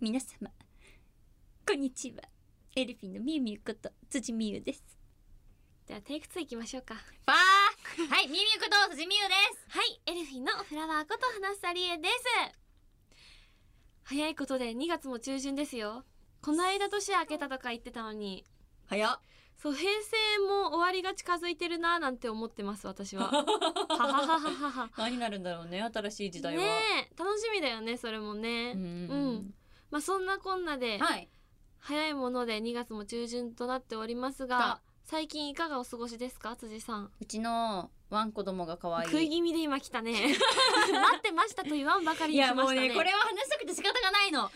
皆様こんにちはエルフィンのみゆみゆこと辻美優ですではテイク2いきましょうかわーはいみゆみゆこと辻美優ですはいエルフィンのフラワーこと花さりえです早いことで2月も中旬ですよこの間年明けたとか言ってたのに早っそう平成も終わりが近づいてるなーなんて思ってます私はははははは何になるんだろうね新しい時代は、ねえ楽しみだよねそれもね、うんうんまあそんなこんなで、うんはい早いもので2月も中旬となっておりまだすが最近いかがお過ごしですか辻さんうちのワン子供が可愛い食い気味で今来たね 待ってましたと言わんばかりいに来まやしたねもうねこれは話したくて仕方がないの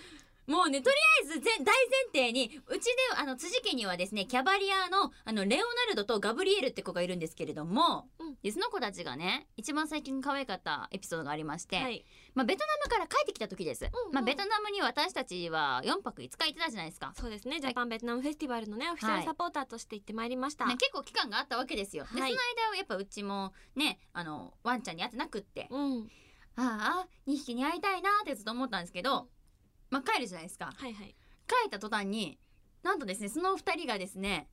もうねとりあえず全大前提にうちであの辻家にはですねキャバリアのあのレオナルドとガブリエルって子がいるんですけれども、うんでその子たちがね一番最近可愛かったエピソードがありまして、はいまあ、ベトナムから帰ってきた時です、んうんまあ、ベトナムに私たちは4泊5日行ってたじゃないですか、そうですねジャパンベトナムフェスティバルのねオフィシャルサポーターとして行ってまいりました、ね、結構期間があったわけですよ、でそのは間いはやっぱうちもねあのワンちゃんに会ってなくって、うんああ2匹に会いたいなってずっと思ったんですけど、うんまあ、帰るじゃないですかはいはい帰った途端になんとですねその二人がですね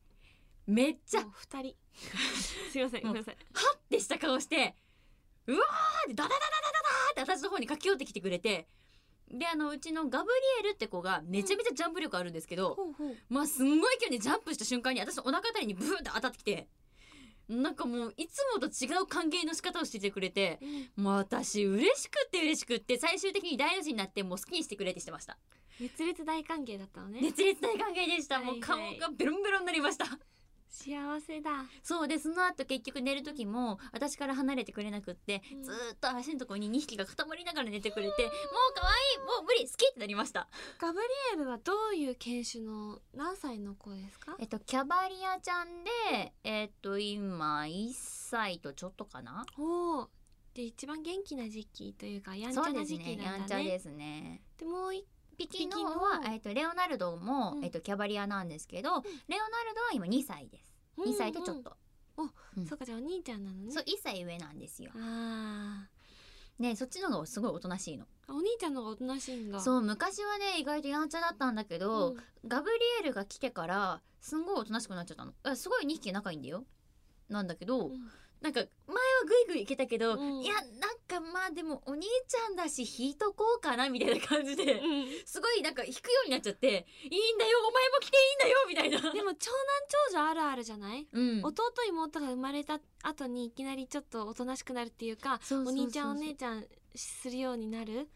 めっちゃもう二 人すいませんごめんなさいハッてした顔してうわーってダダダダダダダーって私の方に駆け寄ってきてくれてであのうちのガブリエルって子がめちゃめちゃジャンプ力あるんですけど、ほうほうまあすんごい勢いでジャンプした瞬間に私のお腹あたりにブーって当たってきてなんかもういつもと違う歓迎の仕方をしててくれてうんもう私嬉しくって嬉しくって最終的に大の字になってもう好きにしてくれってしてました熱烈大歓迎だったのね熱烈大歓迎でしたはいはもいう顔がベロンベロンになりました幸せだそうでその後結局寝る時も私から離れてくれなくって、うんずーっと足のところに2匹が固まりながら寝てくれて、もう可愛いもう無理好きってなりましたガブリエルはどういう犬種の何歳の子ですかえっとキャバリアちゃんでえっと今1歳とちょっとかなおおで一番元気な時期というかやんちゃな時期やなんんちだゃねですねでもう一ピキの方ピキのはえっとレオナルドも、うんえっとキャバリアなんですけど、レオナルドは今2歳です2歳とちょっ、と、うんうんそうかじゃあお兄ちゃんなのねそう1歳上なんですよあねそっちの方がすごいおとなしいのーあお兄ちゃんの方がおとなしいんだう、そう昔はね意外とやんちゃだったんだけど、んガブリエルが来てからすんごいおとなしくなっちゃったのあすごい2匹仲いいんだよなんだけど、うんなんか前はグイグイ行けたけど、うんいやなんかまあでもお兄ちゃんだし引いとこうかなみたいな感じで、うんすごいなんか引くようになっちゃっていいんだよお前も来ていいんだよみたいなでも長男長女あるあるじゃない、うん弟妹が生まれた後にいきなりちょっとおとなしくなるっていうかそうそうそうそうお兄ちゃんお姉ちゃんするようになる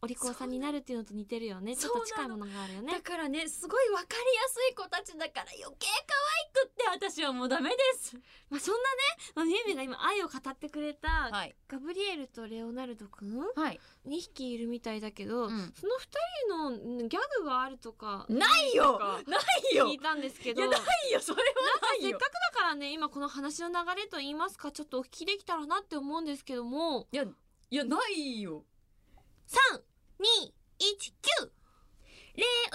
お利口さんになるっていうのと似てるよねちそょうっなとの近いものがあるよねだからねすごいわかりやすい子たちだから余計可愛くって私はもうダメですまあそんなねまあみゆみゆが今愛を語ってくれた、はいガブリエルとレオナルドくんはい、 2匹いるみたいだけど、うん、その2人のんギャグがあるとかないよなないよ聞いたんですけいどやないよそれはないせっよかくだからね今この話の流れと言いますかちょっとお聞きできたらなって思うんですけどもいやいやないよ3219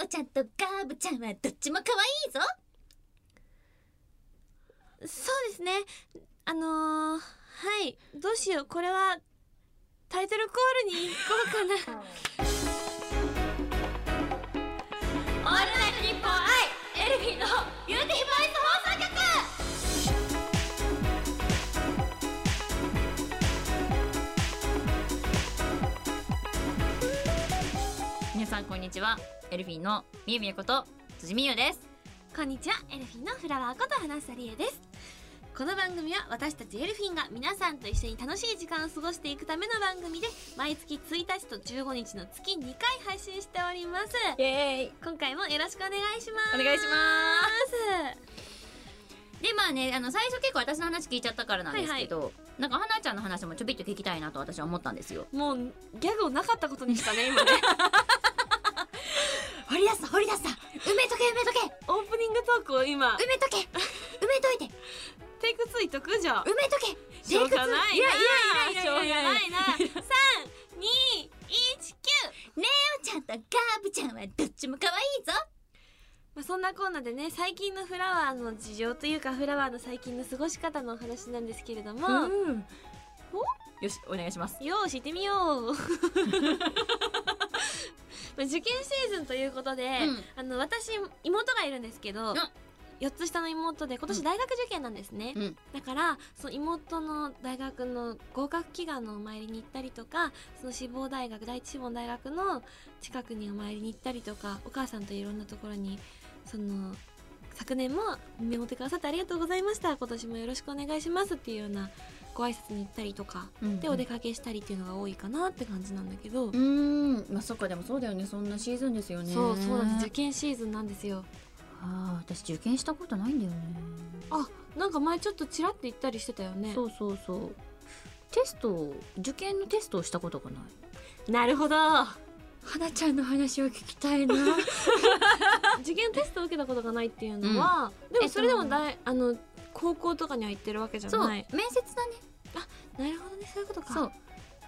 おちゃんとガブちゃんはどっちも可愛いぞそうですねあのー、はいどうしようこれはタイトルコールに行 こうかなオールナイトニッポン愛エルフィンのビューティーボイス放送局皆さんこんにちはエルフィンのみゆみゆこと辻みゆですこんにちはエルフィンのフラワーこと花さりえですこの番組は私たちエルフィンが皆さんと一緒に楽しい時間を過ごしていくための番組で毎月1日と15日の月2回配信しておりますイエーイ今回もよろしくお願いしますお願いしますでまあねあの最初結構私の話聞いちゃったからなんですけど、なんか花ちゃんの話もちょびっと聞きたいなと私は思ったんですよもうギャグをなかったことにしたね今ね 掘り出す掘り出す埋めとけ埋めとけオープニングトークを今埋めとけ埋めといてテイクついとくじゃん埋めとけしょうがないなテイクツーいやいやいやいやいやしょうがないな3 2 1 9ちゃんとガーブちゃんはどっちも可愛いぞまあそんなコーナーでね最近のフラワーの事情というかフラワーの最近の過ごし方のお話なんですけれども、んよしお願いします よーし行ってみようまあ受験シーズンということで、うんあの私妹がいるんですけど、ん4つ下の妹で今年大学受験なんですね、うんだからその妹の大学の合格祈願のお参りに行ったりとかその志望大学第一志望の大学の近くにお参りに行ったりとかお母さんといろんなところにその昨年も見守ってくださってありがとうございました今年もよろしくお願いしますっていうようなご挨拶に行ったりとかうんでお出かけしたりっていうのが多いかなって感じなんだけど、うんまあそっかでもそうだよねそんなシーズンですよねそうそうなんです受験シーズンなんですよああ私受験したことないんだよねあなんか前ちょっとちらって言ったりしてたよねそうそうそうテストを受験のテストをしたことがないなるほど花ちゃんの話を聞きたいな受験テストを受けたことがないっていうのは、でもそれでもだい、あの高校とかには行ってるわけじ ゃそうな面い接だねなるほどねそういうことかそう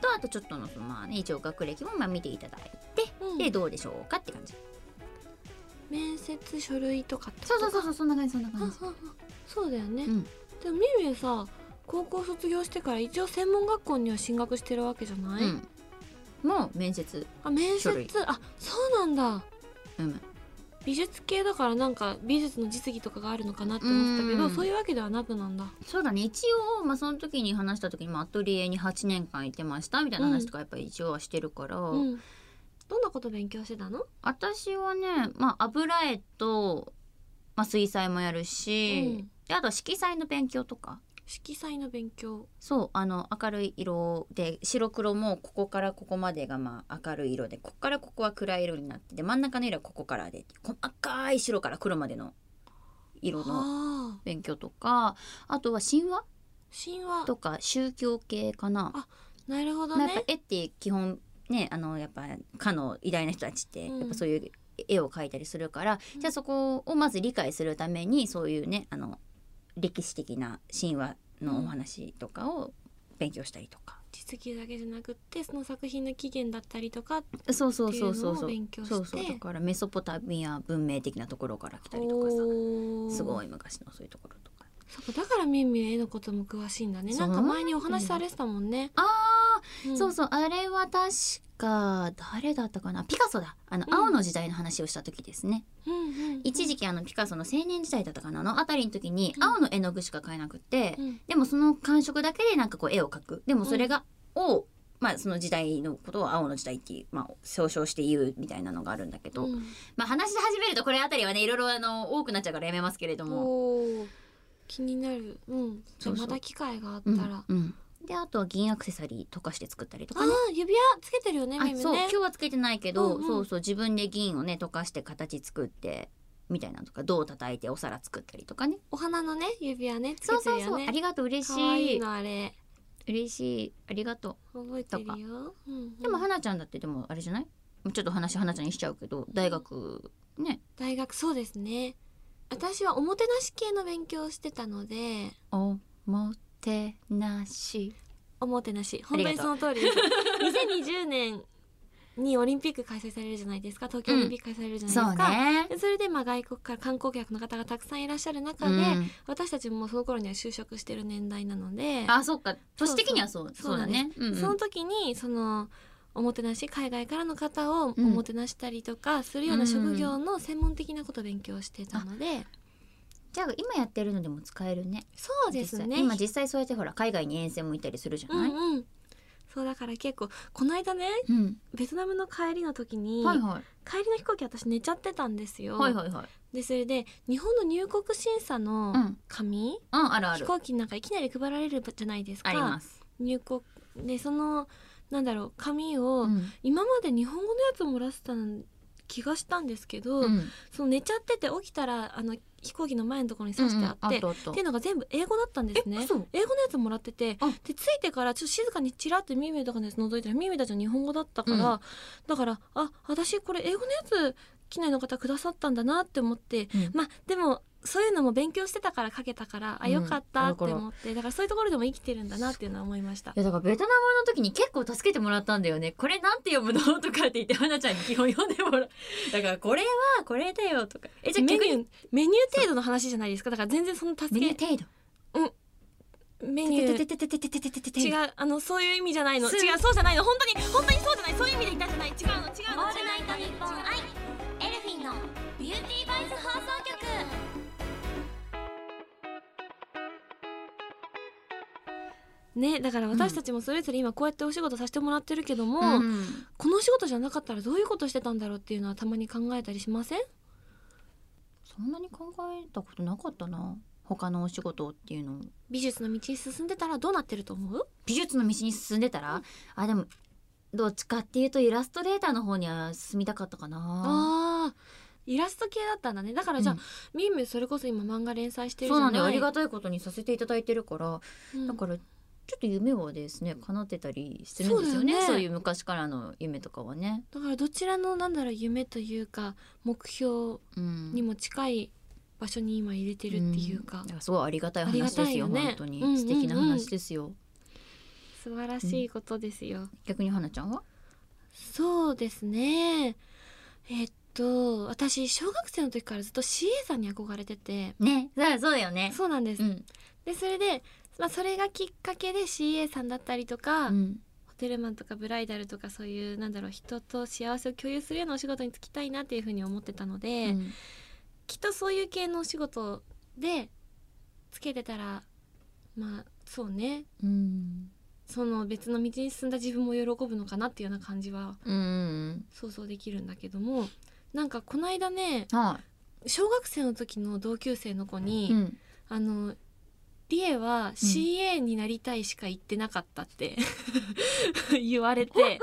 とあとちょっとのそのまあね一応学歴もまあ見ていただいて、うんでどうでしょうかって感じ面接書類とかってそうそうそうそうそんな感じそんなあ感じああそうだよね、うんでもみゆゆさ高校卒業してから一応専門学校には進学してるわけじゃない、うんもう面接あ面書類接あそうなんだうん美術系だからなんか美術の実技とかがあるのかなって思ってたけどうんそういうわけではなくなんだそうだね一応、まあ、その時に話した時に、まあ、アトリエに8年間いてましたみたいな話とかやっぱり一応はしてるから、うん、どんなこと勉強してたの私はね、まあ、油絵と、まあ、水彩もやるし、うんであとは色彩の勉強とか色彩の勉強そうあの明るい色で白黒もここからここまでがまあ明るい色でここからここは暗い色になってで真ん中の色はここからで細かい白から黒までの色のああ勉強とかあとは神話神話とか宗教系かな。なるほどまあやっねぱ絵って基本ねあのやっぱかの偉大な人たちって、うんやっぱそういう絵を描いたりするから、うんじゃあそこをまず理解するためにそういうねあの歴史的な神話のお話とかを勉強したりとか、実技だけじゃなくってその作品の起源だったりとかってそうそういそううそのうをそう勉強してそうそうだからメソポタミア文明的なところから来たりとかさおーすごい昔のそういうところとか。そっかだからみゆみゆ絵のことも詳しいんだねそなうんか前にお話しされてたもんね、あうーんそうそうあれは確か誰だったかなピカソだあのうん青の時代の話をした時ですね。うんうんうん一時期あのピカソの青年時代だったかなあのあたりの時にうん青の絵の具しか買えなくて、うんでもその感触だけでなんかこう絵を描くでもそれが、をまあその時代のことを青の時代っていう、まあ、総称して言うみたいなのがあるんだけど、うんまあ話し始めるとこれあたりはねいろいろあの多くなっちゃうからやめますけれども。おー気になるうんじそゃうあそうまた機会があったうら、んうんであとは銀アクセサリーとかして作ったりとあかね。ー指輪つけてるよねあみゆみゆそうね今日はつけてないけど、うんうんそうそう自分で銀をね溶かして形作ってみたいなのとか銅を叩いてお皿作ったりとかね。お花のね指輪ねつそうけてそうるそようねありがとう嬉し可愛いのあれ嬉しいありがと覚えてるよ、うんうんうでも花ちゃんだってでもあれじゃないちょっと話花ちゃんにしちゃうけど大学ね大学そうですね私はおもてなし系の勉強をしてたのでおもてなしおもてなしあ本り当がにとその通りです2020年にオリンピック開催されるじゃないですか東京オリンピック開催されるじゃないですそうか、ねでそれでまあ外国から観光客の方がたくさんいらっしゃる中で、うん私たちもその頃には就職してる年代なのであそっか都市的にはそうそそううだねうんうんその時にそのおもてなし海外からの方をおもてなしたりとかするような職業の専門的なことを勉強してたので、じゃあ今やってるのでも使えるねそうです実ね際今実際そうやってほら海外に遠征も行ったりするじゃないうんうん、そうだから結構この間ねうんベトナムの帰りの時に、はいはい帰りの飛行機私寝ちゃってたんですよ、はいはいはいでそれで日本の入国審査うのん紙、うんあるあ飛る行機なんかいきなり配られるじゃないですかあります入国でそのなんだろう紙を、うん今まで日本語のやつもらってた気がしたんですけど、うんその寝ちゃってて起きたらあの飛行機の前のところに刺してあって、うんうんったあったっていうのが全部英語だったんですねえ嘘英語のやつもらっててあでついてからちょっと静かにチラッとミーミーとかのやつ覗いたらミーミーたちは日本語だったから、うだからあ私これ英語のやつ機内の方くださったんだなって思ってうんまあでもそういうのも勉強してたから書けたからあうんよかったってだから思って、だからそういうところでも生きてるんだなっていうのは思いましたいやだからベトナムの時に結構助けてもらったんだよね。これなんて読むのとかって言って花ちゃんに基本読んでもらう。 だからこれはこれだよとか。えじゃあメ逆ニュにーメニュー程度の話じゃないですかだから全然その助メニュけー程度。メニューてててててててててて違うあのそういう意味じゃないのす違うそうじゃないの本当に本当にそうじゃないそういう意味で言ったんじゃない違うの違うの違うのオールナイトニッポねだから私たちもそれぞれ今こうやってお仕事させてもらってるけども、うんこの仕事じゃなかったらどういうことしてたんだろうっていうのはたまに考えたりしませんそんなに考えたことなかったな他のお仕事っていうのを美術の道に進んでたらどうなってると思う美術の道に進んでたら、あでもどっちかっていうとイラストレーターの方には進みたかったかなああーイラスト系だったんだねだからじゃあ、うんみん、みんそれこそ今漫画連載してるじそうないゃなんだよありがたいことにさせていただいてるから、うんだからちょっと夢はですね叶ってたりしてるんですよねそうだよそうねいう昔からの夢とかはね、だからどちらのなんだろう夢というか目標うん、にも近い場所に今入れてるっていうか、んだらすごいありがたい話ですあよりがたいよね本当に、うんうんうん素敵な話ですよ素晴らしいことですよ、逆に花ちゃんはそうですねえっと私小学生の時からずっと CA さんに憧れててねそうそうだよねそうなんです、うんでそれで、まあ、それがきっかけで CA さんだったりとか、うんホテルマンとかブライダルとかそういうなんだろう人と幸せを共有するようなお仕事に就きたいなっていうふうに思ってたので、うんきっとそういう系のお仕事でつけてたらまあそうねうんその別の道に進んだ自分も喜ぶのかなっていうような感じはうん想像できるんだけどもなんかこの間ねは小学生の時の同級生の子にい、、うん、あのリエは CA になりたいしか言ってなかったって 言われて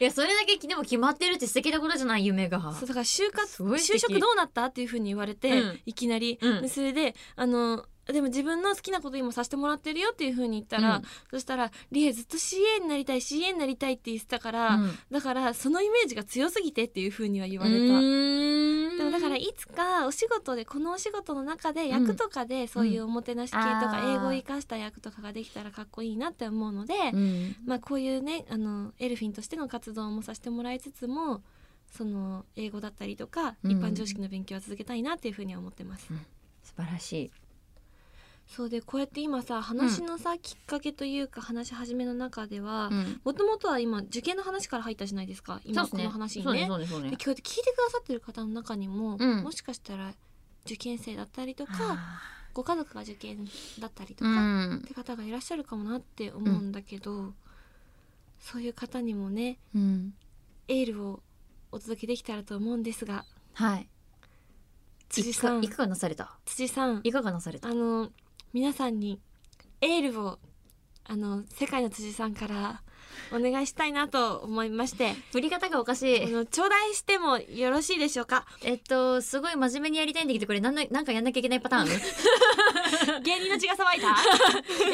いやそれだけでも決まってるって素敵なことじゃない夢がそうだから就活すごい素就敵職どうなったっていうふうに言われて、うんいきなり、うんでそれであのでも自分の好きなこと今させてもらってるよっていうふうに言ったら、うんそしたら「リエずっと CA になりたい CA になりたい」って言ってたから、うんだからそのイメージが強すぎてっていうふうには言われた。ででもだからいつかお仕事でこのお仕事の中で役とかでそういうおもてなし系とかうん英語を生かした役とかができたらかっこいいなって思うので、うん、まあこういうねあのエルフィンとしての活動もさせてもらいつつもその英語だったりとかうん一般常識の勉強は続けたいなっていうふうには思ってます。素晴らしいそうでこうやって今さ話のさ、きっかけというか話し始めの中ではうんもともとは今受験の話から入ったじゃないですか今この話にそうねね。そうねそうねで今日聞いてくださってる方の中にも、うんもしかしたら受験生だったりとかあご家族が受験だったりとーか、っうんて方がいらっしゃるかもなって思うんだけど、そういう方にもねうんエールをお届けできたらと思うんですがはい辻さんいかいかがなされた辻さんいかがなされたあの皆さんにエールをあの世界の辻さんからお願いしたいなと思いまして。振り方がおかしあいの頂戴してもよろしいでしょうか えっとすごい真面目にやりたいんだけどこれなんななんかやんなきゃいけないパターンい 芸人の血が騒いだ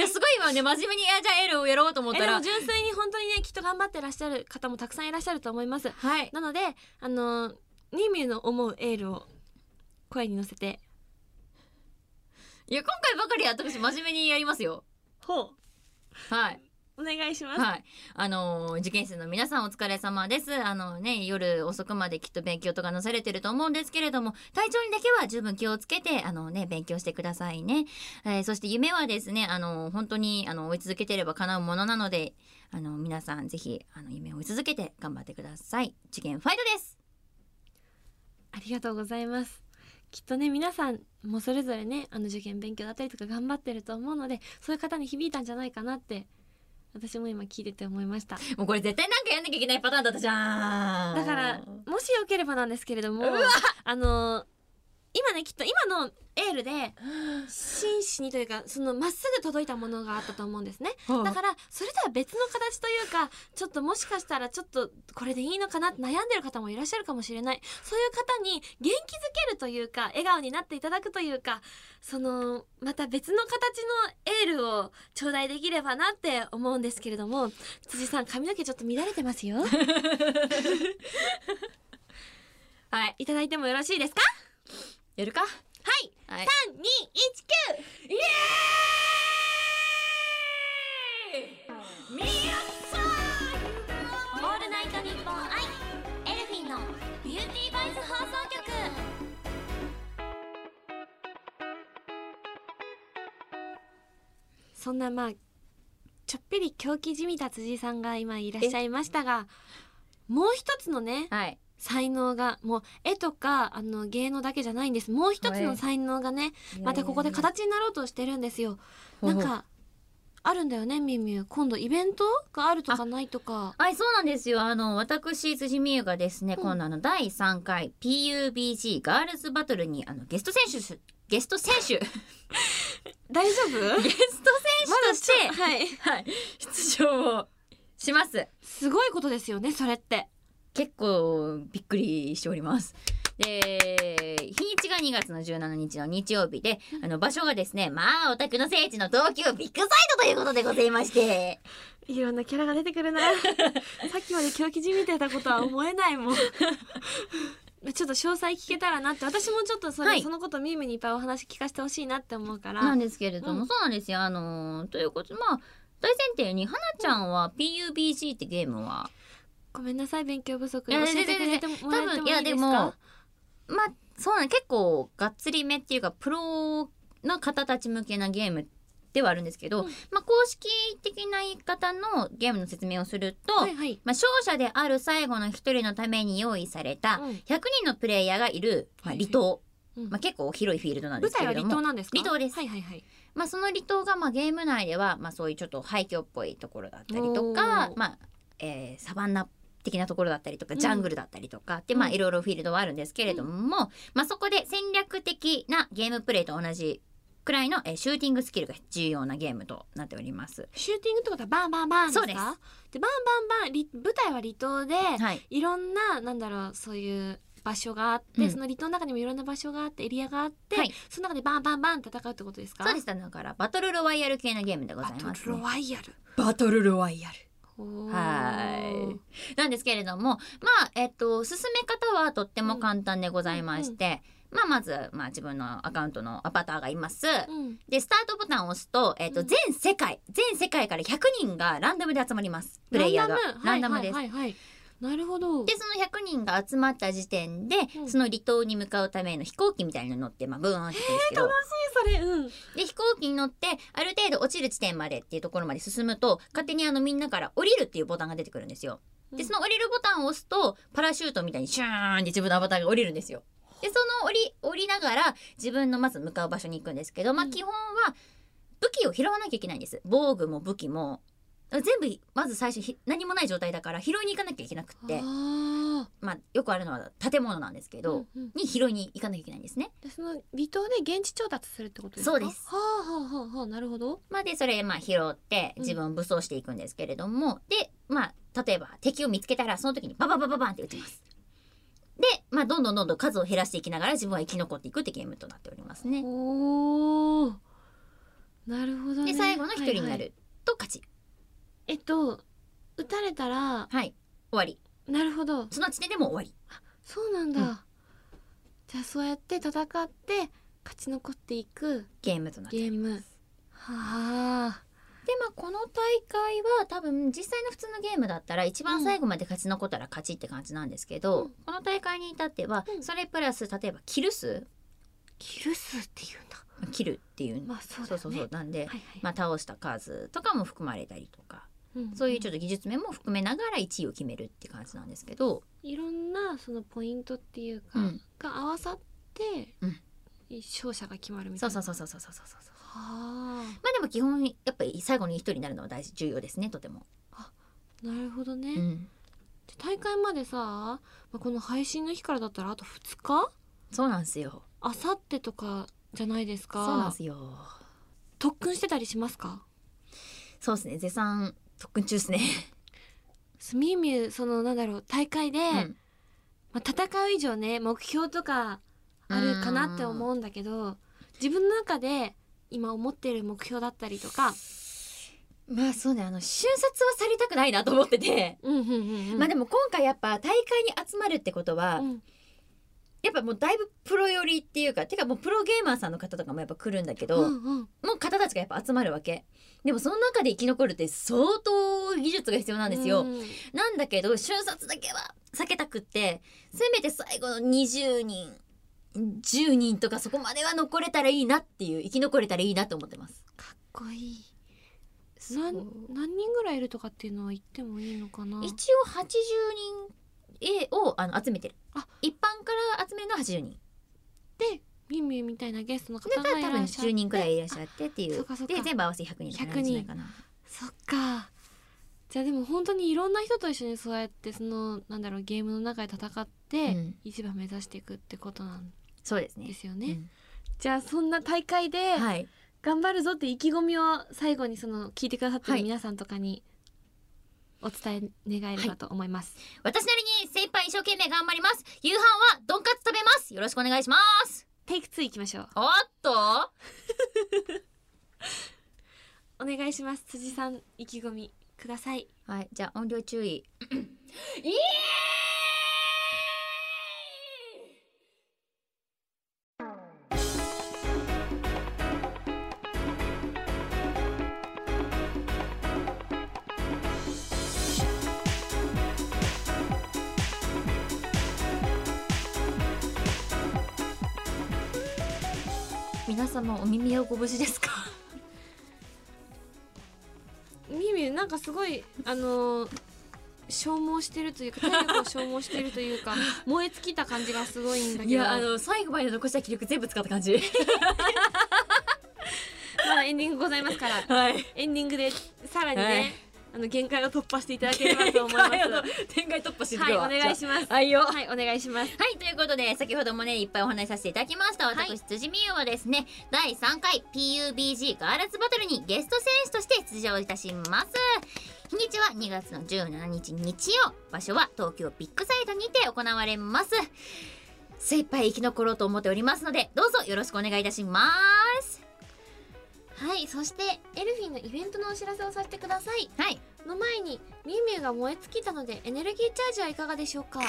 や すごい今ね真面目にいやじゃあエールをやろうと思っえたでもら純粋に本当にねきっと頑張ってらっしゃる方もたくさんいらっしゃると思いますはいなのであのニーミューの思うエールを声に乗せていや今回ばかりは私真面目にやりますよほはいお願いします、はい、あのー受験生の皆さんお疲れ様です。あのね夜遅くまできっと勉強とかなされてると思うんですけれども体調にだけは十分気をつけてあのね勉強してくださいね。えーそして夢はですねあの本当にあの追い続けてれば叶うものなのであの皆さんぜひあの夢を追い続けて頑張ってください。受験ファイトです。ありがとうございますきっとね皆さんもそれぞれねあの受験勉強だったりとか頑張ってると思うのでそういう方に響いたんじゃないかなって私も今聞いてて思いましたもうこれ絶対なんかやんなきゃいけないパターンだったじゃん。だからもしよければなんですけれどもあの今ねきっと今のエールで真摯にというかそのまっすぐ届いたものがあったと思うんですねだだかからそれとは別の形というかちょっともしかしたらちょっとこれでいいのかなって悩んでる方もいらっしゃるかもしれないそういう方に元気づけるというか笑顔になっていただくというかそのまた別の形のエールを頂戴できればなって思うんですけれども辻さん髪の毛ちょっと乱れてます よらはいいただいてもよろしいですかやるか。はいはい。 3 2 1 9オールナイトニッポンアイエルフィンのビューティーバイス放送局そんなまあちょっぴり狂気じみた辻さんが今いらっしゃいましたがもう一つのねはい。才能がもう絵とかあの芸能だけじゃないんですもう一つの才能がねまたここで形になろうとしてるんですよなんかあるんだよねみゆみゆ今度イベントがあるとかないとかはい、そうなんですよ。あの、私、辻美優がですね、うん今度あの、第3回 PUBG ガールズバトルに、あの、ゲスト選手し、ゲスト選 手、ゲス大丈夫まトだ選手としちょて、はいはい、出場をします。すごいことですよねそれって結構びっくりしております。で、日にちが2月の17日の日曜日で、あの、場所がですね、まあ、オタクの聖地の東京ビッグサイトということでございまして、いろんなキャラが出てく るなさっきまで狂気じみてたことは思えない もんちょっと詳細聞けたらなって私もちょっとそれ、はいそのことみゆみゆにいっぱいお話聞かせてほしいなって思うからなんですけれども、うんそうなんですよ。あのー、ということ、まあ、大前提に、花ちゃんは PUBG ってゲームは、ごめんなさい勉強不足い教やえてくれても多らえ分、てもいいや、いでですもか、まあ、そうなん結構、がっつりめっていうか、プロの方たち向けなゲームではあるんですけど、うんまあ、公式的な言い方のゲームの説明をすると、はいはい、まあ、勝者である最後の一人のために用意されたうん100人のプレイヤーがいる、まあ、はいはい離島、うんまあ、結構広いフィールドなんで舞すけ台はれど離島も、なんですか離島ですはいはいはいまあ、その離島がまあゲーム内では、まあ、そういうちょっと廃墟っぽいところだったりとかお、ーまあえーサバンナ的なところだったりとかうんジャングルだったりとかって、まあ、うんいろいろフィールドはあるんですけれども、まあ、そこで戦略的なゲームプレイと同じくらいの、えーシューティングスキルが重要なゲームとなっております。シューティングってことはバンバンバンですかそうですでバンバンバンり舞台は離島で、はいいろんななんだろうそういう場所があって、うんその離島の中にもいろんな場所があってエリアがあって、はいその中でバンバンバンって戦うってことですかそうですだからバトルロワイヤル系のゲームでござバいトまルすね、ロワイヤルバトルロワイヤルほーはいなんですけれども、まあ、えっと、進め方はとっても簡単でございまして、まあ、まず、まあ、自分のアカウントのアバターがいます。うんで、スタートボタンを押すと、えっと、うん全世界、全世界から100人がランダムで集まります。プレイヤーが。ランダムです。はいはいはいはいなるほどで、その100人が集まった時点で、うんその離島に向かうための飛行機みたいなの乗って、まあ、ブーンって行くんですけど、それうんで、飛行機に乗って、ある程度落ちる地点までっていうところまで進むと、勝手にあの、みんなから降りるっていうボタンが出てくるんですよ。うんで、その降りるボタンを押すと、パラシュートみたいにシューンって自分のアバターが降りるんですよ。で、その降り、降りながら、自分のまず向かう場所に行くんですけど、まあ、うん基本は、武器を拾わなきゃいけないんです。防具も武器も。全部、まず最初ひ、何もない状態だから、拾いに行かなきゃいけなくって、あまあ、よくあるのは建物なんですけーど、うんうんに拾いに行かなきゃいけないんですね。でその離島で現地調達するってことですかそうですはあはあはあはあなるほどまあ、でそれまあ拾ってうん自分を武装していくんですけれども、でまあ例えば敵を見つけたらその時にバババババンって撃ちます。で、まあ、どんどんどんどん数を減らしていきながら自分は生き残っていくってゲームとなっておりますね。おーなるほど、ね、で最後の一人にはいなはいると勝ち。えっと撃たれたらはい、終わり。なるほどその時点でもう終わり。そうなんだ、うんじゃあそうやって戦って勝ち残っていくゲームとなって。ゲームはあでまあこの大会は多分実際の普通のゲームだったら一番最後まで勝ち残ったら勝ちって感じなんですけど、うんこの大会に至ってはうんそれプラス例えばキル数キル数っていうんだキルっていう、まあそうだそうよねそうそうなんで、はいはいまあ、倒した数とかも含まれたりとかうんそういうちょっと技術面も含めながら1位を決めるって感じなんですけど、いろんなそのポイントっていうか、うんが合わさって、うん勝者が決まるみたそいうなそうそううそうそうそうそうそうはまあでも基本やっぱり最後に1人になるのは大事重要ですねとても、あなるほどね、うん、で大会までさ、まあ、この配信の日からだったらあと2日そうなんですよあさってとかじゃないですそうなんかですよ特訓してたりしますかそうですね絶賛特訓中ですね、スミーミューそのなんだろう大会 で、うんまあ、戦う以上ね目標とかあるかなって思うんだけど自分の中で今思ってる目標だったりとか、まあそうねあの瞬殺はされたくないなと思ってて、うんうんうんうん、まあでも今回やっぱ大会に集まるってことは、うんやっぱもうだいぶプロ寄りっていうかてかもうプロゲーマーさんの方とかもやっぱ来るんだけど、うんうんもう方たちがやっぱ集まるわけでもその中で生き残るって相当技術が必要なんですよ、うんなんだけど瞬殺だけは避けたくってせめて最後の20人10人とかそこまでは残れたらいいなっていう生き残れたらいいなと思ってますかっこいいそなうん何人ぐらいいるとかっていうのは言ってもいいのかな一応80人をあの集めてるあ一般から集めるのは80人みゆみゆみたいなゲストの方だかがらい多ら分っしゃっ10て人くらいいらっしゃってっていあそううかそうかで全部合わせて100人とかなるんじゃないかなそっかじゃあでも本当にいろんな人と一緒にそうやってそのなんだろうゲームの中で戦って、うん一番目指していくってことなんそうですねですよね、じゃあそんな大会うでんはい頑張るぞって意気込みを最後にその聞いてくださってはるい皆さんとかにお伝え願えればと思います、私なりに精一杯一生懸命頑張ります夕飯はドンカツ食べますよろしくお願いしますテイク2いきましょうおっとお願いします辻さん意気込みくださいはいじゃあ音量注意皆様お耳をご無事ですかみゆみゆなんかすごいあのー消耗してるというか体力を消耗してるとい うか燃え尽きた感じがすごいんだけどいやあの最後まで残した気力全部使った感 じまだエンディングございますからはいエンディングでさらにね、はいあの限界を突破していただければと思いますは天外突破していお願いしますはいよはいお願いしますはい、ということで、先ほどもね、いっぱいお話しさせていただきました。はい私、辻美優はですね、第3回 PUBG ガールズバトルにゲスト選手として出場いたします。日にちは2月の17日日曜。場所は東京ビッグサイトにて行われます。精一杯生き残ろうと思っておりますので、どうぞよろしくお願いいたします。はいそしてエルフィンのイベントのお知らせをさせてくださいはい。の前にみゆみゆが燃え尽きたのでエネルギーチャージはいかがでしょうか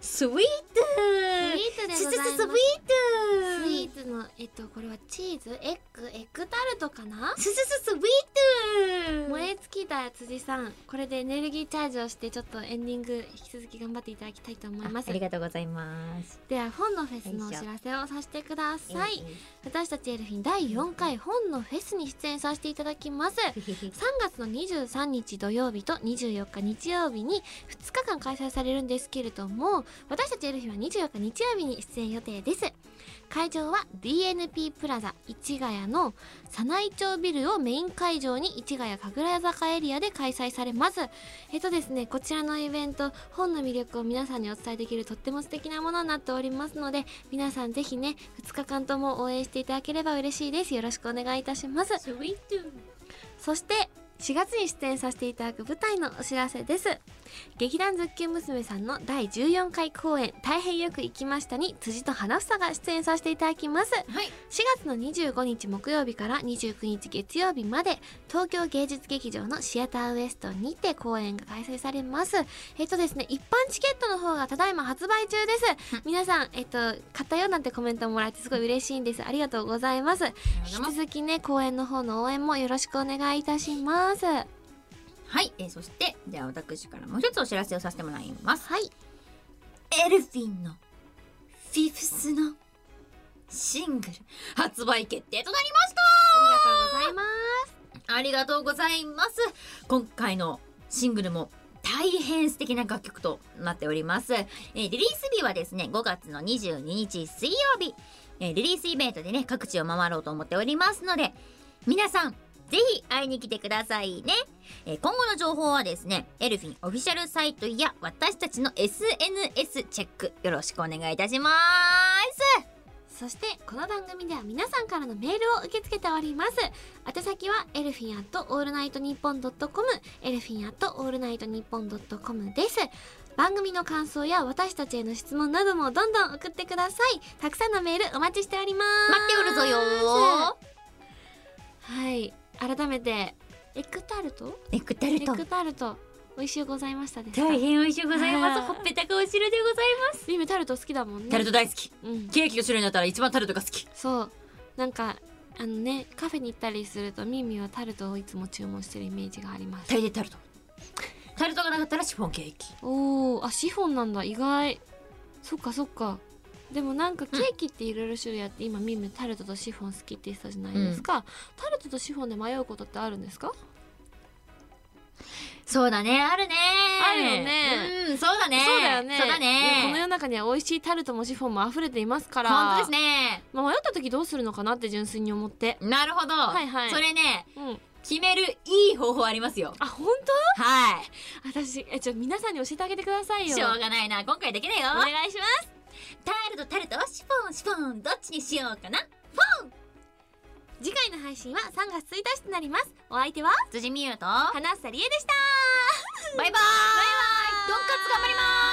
スイートスイートでごスイーざいますトスイーツのえっとこれはチーズエッグエッグタルトかなススススイート燃え尽きた辻さんこれでエネルギーチャージをしてちょっとエンディング引き続き頑張っていただきたいと思いますありがとうございます。では本のフェスのお知らせをさせてくださいうん私たちエルフィン第4回本のフェスに出演させていただきます3うん。月の23日土曜日と24日日曜日に2日間開催されるんですけれども私たちエルフィンは24日日曜日に出演予定です会場は DNP プラザ市ヶ谷の佐内町ビルをメイン会場に市ヶ谷神楽坂エリアで開催されますえっとですねこちらのイベント本の魅力を皆さんにお伝えできるとっても素敵なものになっておりますので皆さんぜひね2日間とも応援していただければ嬉しいですよろしくお願いいたしますスイート。そして4月に出演させていただく舞台のお知らせです劇団ズッキュン娘さんの第14回公演大変よく行きましたに辻と花房が出演させていただきますはい。 4月の25日木曜日から29日月曜日まで東京芸術劇場のシアターウエストにて公演が開催されますえっとですね一般チケットの方がただいま発売中です皆さんえっと買ったよなんてコメントもらえてすごい嬉しいんですありがとうございます引き続きね公演の方の応援もよろしくお願いいたしますははい。えーそして、じゃあ私からもう一つお知らせをさせてもらいます。いエルフィンのフィフスのシングル発売決定となりましありがとうございますたありがとうございます。今回のシングルも大変素敵な楽曲となっております。えーリリース日はですね、5月の22日水曜日、えーリリースイベントでね、各地を回ろうと思っておりますので、皆さん、ぜひ会いに来てくださいね。えー今後の情報はですね、エルフィンオフィシャルサイトや私たちの SNS チェックよろしくお願いいたします。そしてこの番組では皆さんからのメールを受け付けております宛先はエルフィンアットオールナイトニッポンドットコムエルフィンアットオールナイトニッポンドットコムです番組の感想や私たちへの質問などもどんどん送ってくださいたくさんのメールお待ちしております待っておるぞよはい改めてエクタルトー。エクタエルト。クタルト美味しゅうございましたですか大変美味しゅうございまあす。ーほっぺたかお汁でございまミミタルト好きだもんねす。タルト大好き。うんケーキの種類になったら一番タルトが好き。そうなんかあのねカフェに行ったりするとミミはタルトをいつも注文してるイメージがあります大抵タルト。タルトがなかったらシフォンケーキ。おーあシフォンなんだ意外そっかそっかでもなんかケーキっていろいろ種類あって、今ミミタルトとシフォン好きって言ってたじゃないですか、タルトとシフォンで迷うことってあるんですかそうだねあるねあるよねうんそうだねそうだよねそうだいやこのね世の中には美味しいタルトもシフォンも溢れていますから本当ですねまあ、迷った時どうするのかなって純粋に思ってなるほどはいはいそれねうん決めるいい方法ありますよあ本は当私えちょ皆さんに教えてあげてくださいいよしょうがないな今回できないよお願いしますタルトタルトシフォンシフォンどっちにしようかな次回の配信は3月1日となりますお相手は辻美優とバイ花さりえでしたバイバイドンカツ頑張ります